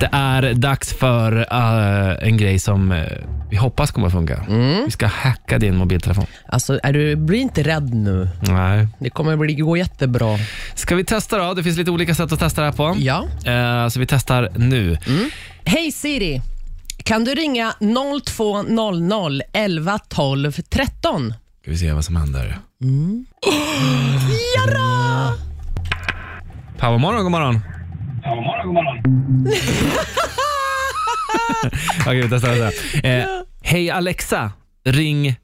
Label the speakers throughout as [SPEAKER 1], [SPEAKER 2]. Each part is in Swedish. [SPEAKER 1] det är dags för eh, en grej som eh, vi hoppas kommer att funka. Vi ska hacka din mobiltelefon.
[SPEAKER 2] Alltså, är du, bli inte rädd nu.
[SPEAKER 1] Nej.
[SPEAKER 2] Det kommer bli, gå jättebra.
[SPEAKER 1] Ska vi testa då? Det finns lite olika sätt att testa det här på.
[SPEAKER 2] Ja.
[SPEAKER 1] Eh, så vi testar nu.
[SPEAKER 2] Hej Siri! Kan du ringa 0200 11 12 13?
[SPEAKER 1] Ska vi se vad som händer. Mm. Jadå! Powermorgon, god morgon. Okej, vi testar det här. Eh, Hej Alexa, ring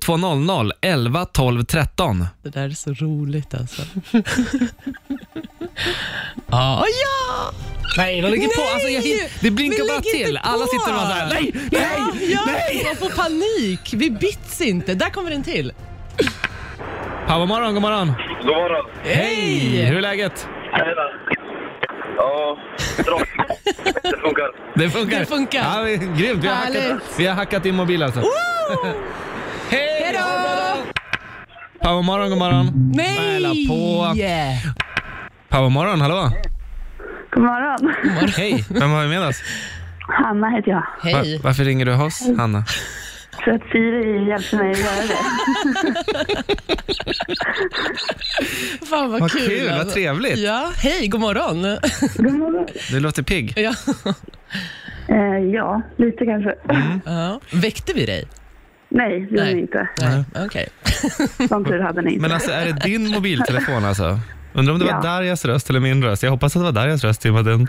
[SPEAKER 1] 0200 11 12 13.
[SPEAKER 2] Det där är så roligt alltså. ah, ja!
[SPEAKER 1] Nej, de lägger
[SPEAKER 2] Nej!
[SPEAKER 1] på. Alltså, jag, hin- det blinkar
[SPEAKER 2] Men
[SPEAKER 1] bara
[SPEAKER 2] lägg inte
[SPEAKER 1] till. Alla
[SPEAKER 2] på!
[SPEAKER 1] sitter och bara såhär, nej, nej,
[SPEAKER 2] ja,
[SPEAKER 1] nej.
[SPEAKER 2] Jag får panik. Vi bits inte. Där kommer en till.
[SPEAKER 1] Powermorgon, god morgon.
[SPEAKER 3] God morgon.
[SPEAKER 1] Hej! Hur är läget?
[SPEAKER 3] Hej då. Ja, bra. Det funkar.
[SPEAKER 1] Det funkar.
[SPEAKER 2] Det funkar.
[SPEAKER 1] Ja, vi, grymt. Vi har, hackat,
[SPEAKER 2] Härligt.
[SPEAKER 1] vi har hackat din mobil alltså. Hej!
[SPEAKER 2] Hej då!
[SPEAKER 1] Powermorgon, god morgon.
[SPEAKER 2] Nej!
[SPEAKER 1] Mäla på. Powermorgon, hallå.
[SPEAKER 4] God morgon.
[SPEAKER 1] Hej, vem har vi med oss?
[SPEAKER 4] Hanna heter jag.
[SPEAKER 2] Hej.
[SPEAKER 1] Va- varför ringer du oss, Hanna?
[SPEAKER 4] För att Siri hjälpte mig att göra det.
[SPEAKER 2] Fan vad,
[SPEAKER 1] Vad
[SPEAKER 2] kul.
[SPEAKER 1] kul, vad
[SPEAKER 2] alltså.
[SPEAKER 1] trevligt.
[SPEAKER 2] Ja, hej, god morgon.
[SPEAKER 4] God morgon.
[SPEAKER 1] Du låter pigg.
[SPEAKER 2] ja.
[SPEAKER 4] Eh, ja, lite kanske.
[SPEAKER 2] Ja. Väckte vi dig?
[SPEAKER 4] Nej, det gjorde
[SPEAKER 2] Mm. Nej.
[SPEAKER 4] ni inte.
[SPEAKER 2] Nej. Okej.
[SPEAKER 4] Som tur hade ni inte.
[SPEAKER 1] Men alltså, är det din mobiltelefon alltså? Undrar om det
[SPEAKER 4] Ja.
[SPEAKER 1] var Darjas röst eller min röst. Jag hoppas att det var Darjas röst i och med den...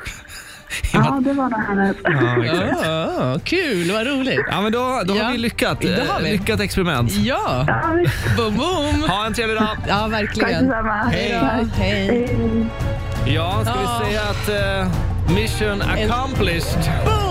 [SPEAKER 4] ja, det var nog hennes.
[SPEAKER 1] Ja, exakt.
[SPEAKER 2] Ja, Ah, kul, vad roligt.
[SPEAKER 1] Ja, men då, då
[SPEAKER 2] Ja,
[SPEAKER 1] har vi lyckat. eh,
[SPEAKER 2] det har vi.
[SPEAKER 1] Lyckat experiment.
[SPEAKER 2] Ja,
[SPEAKER 4] Ja, visst.
[SPEAKER 2] boom, boom.
[SPEAKER 1] Ha en trevlig dag.
[SPEAKER 2] Ja,
[SPEAKER 4] Tack
[SPEAKER 2] verkligen.
[SPEAKER 4] detsamma.
[SPEAKER 2] Hej då. Hej.
[SPEAKER 4] Hej.
[SPEAKER 1] Ja, ska
[SPEAKER 2] Ja.
[SPEAKER 1] vi säga att eh, mission accomplished.
[SPEAKER 2] Boom!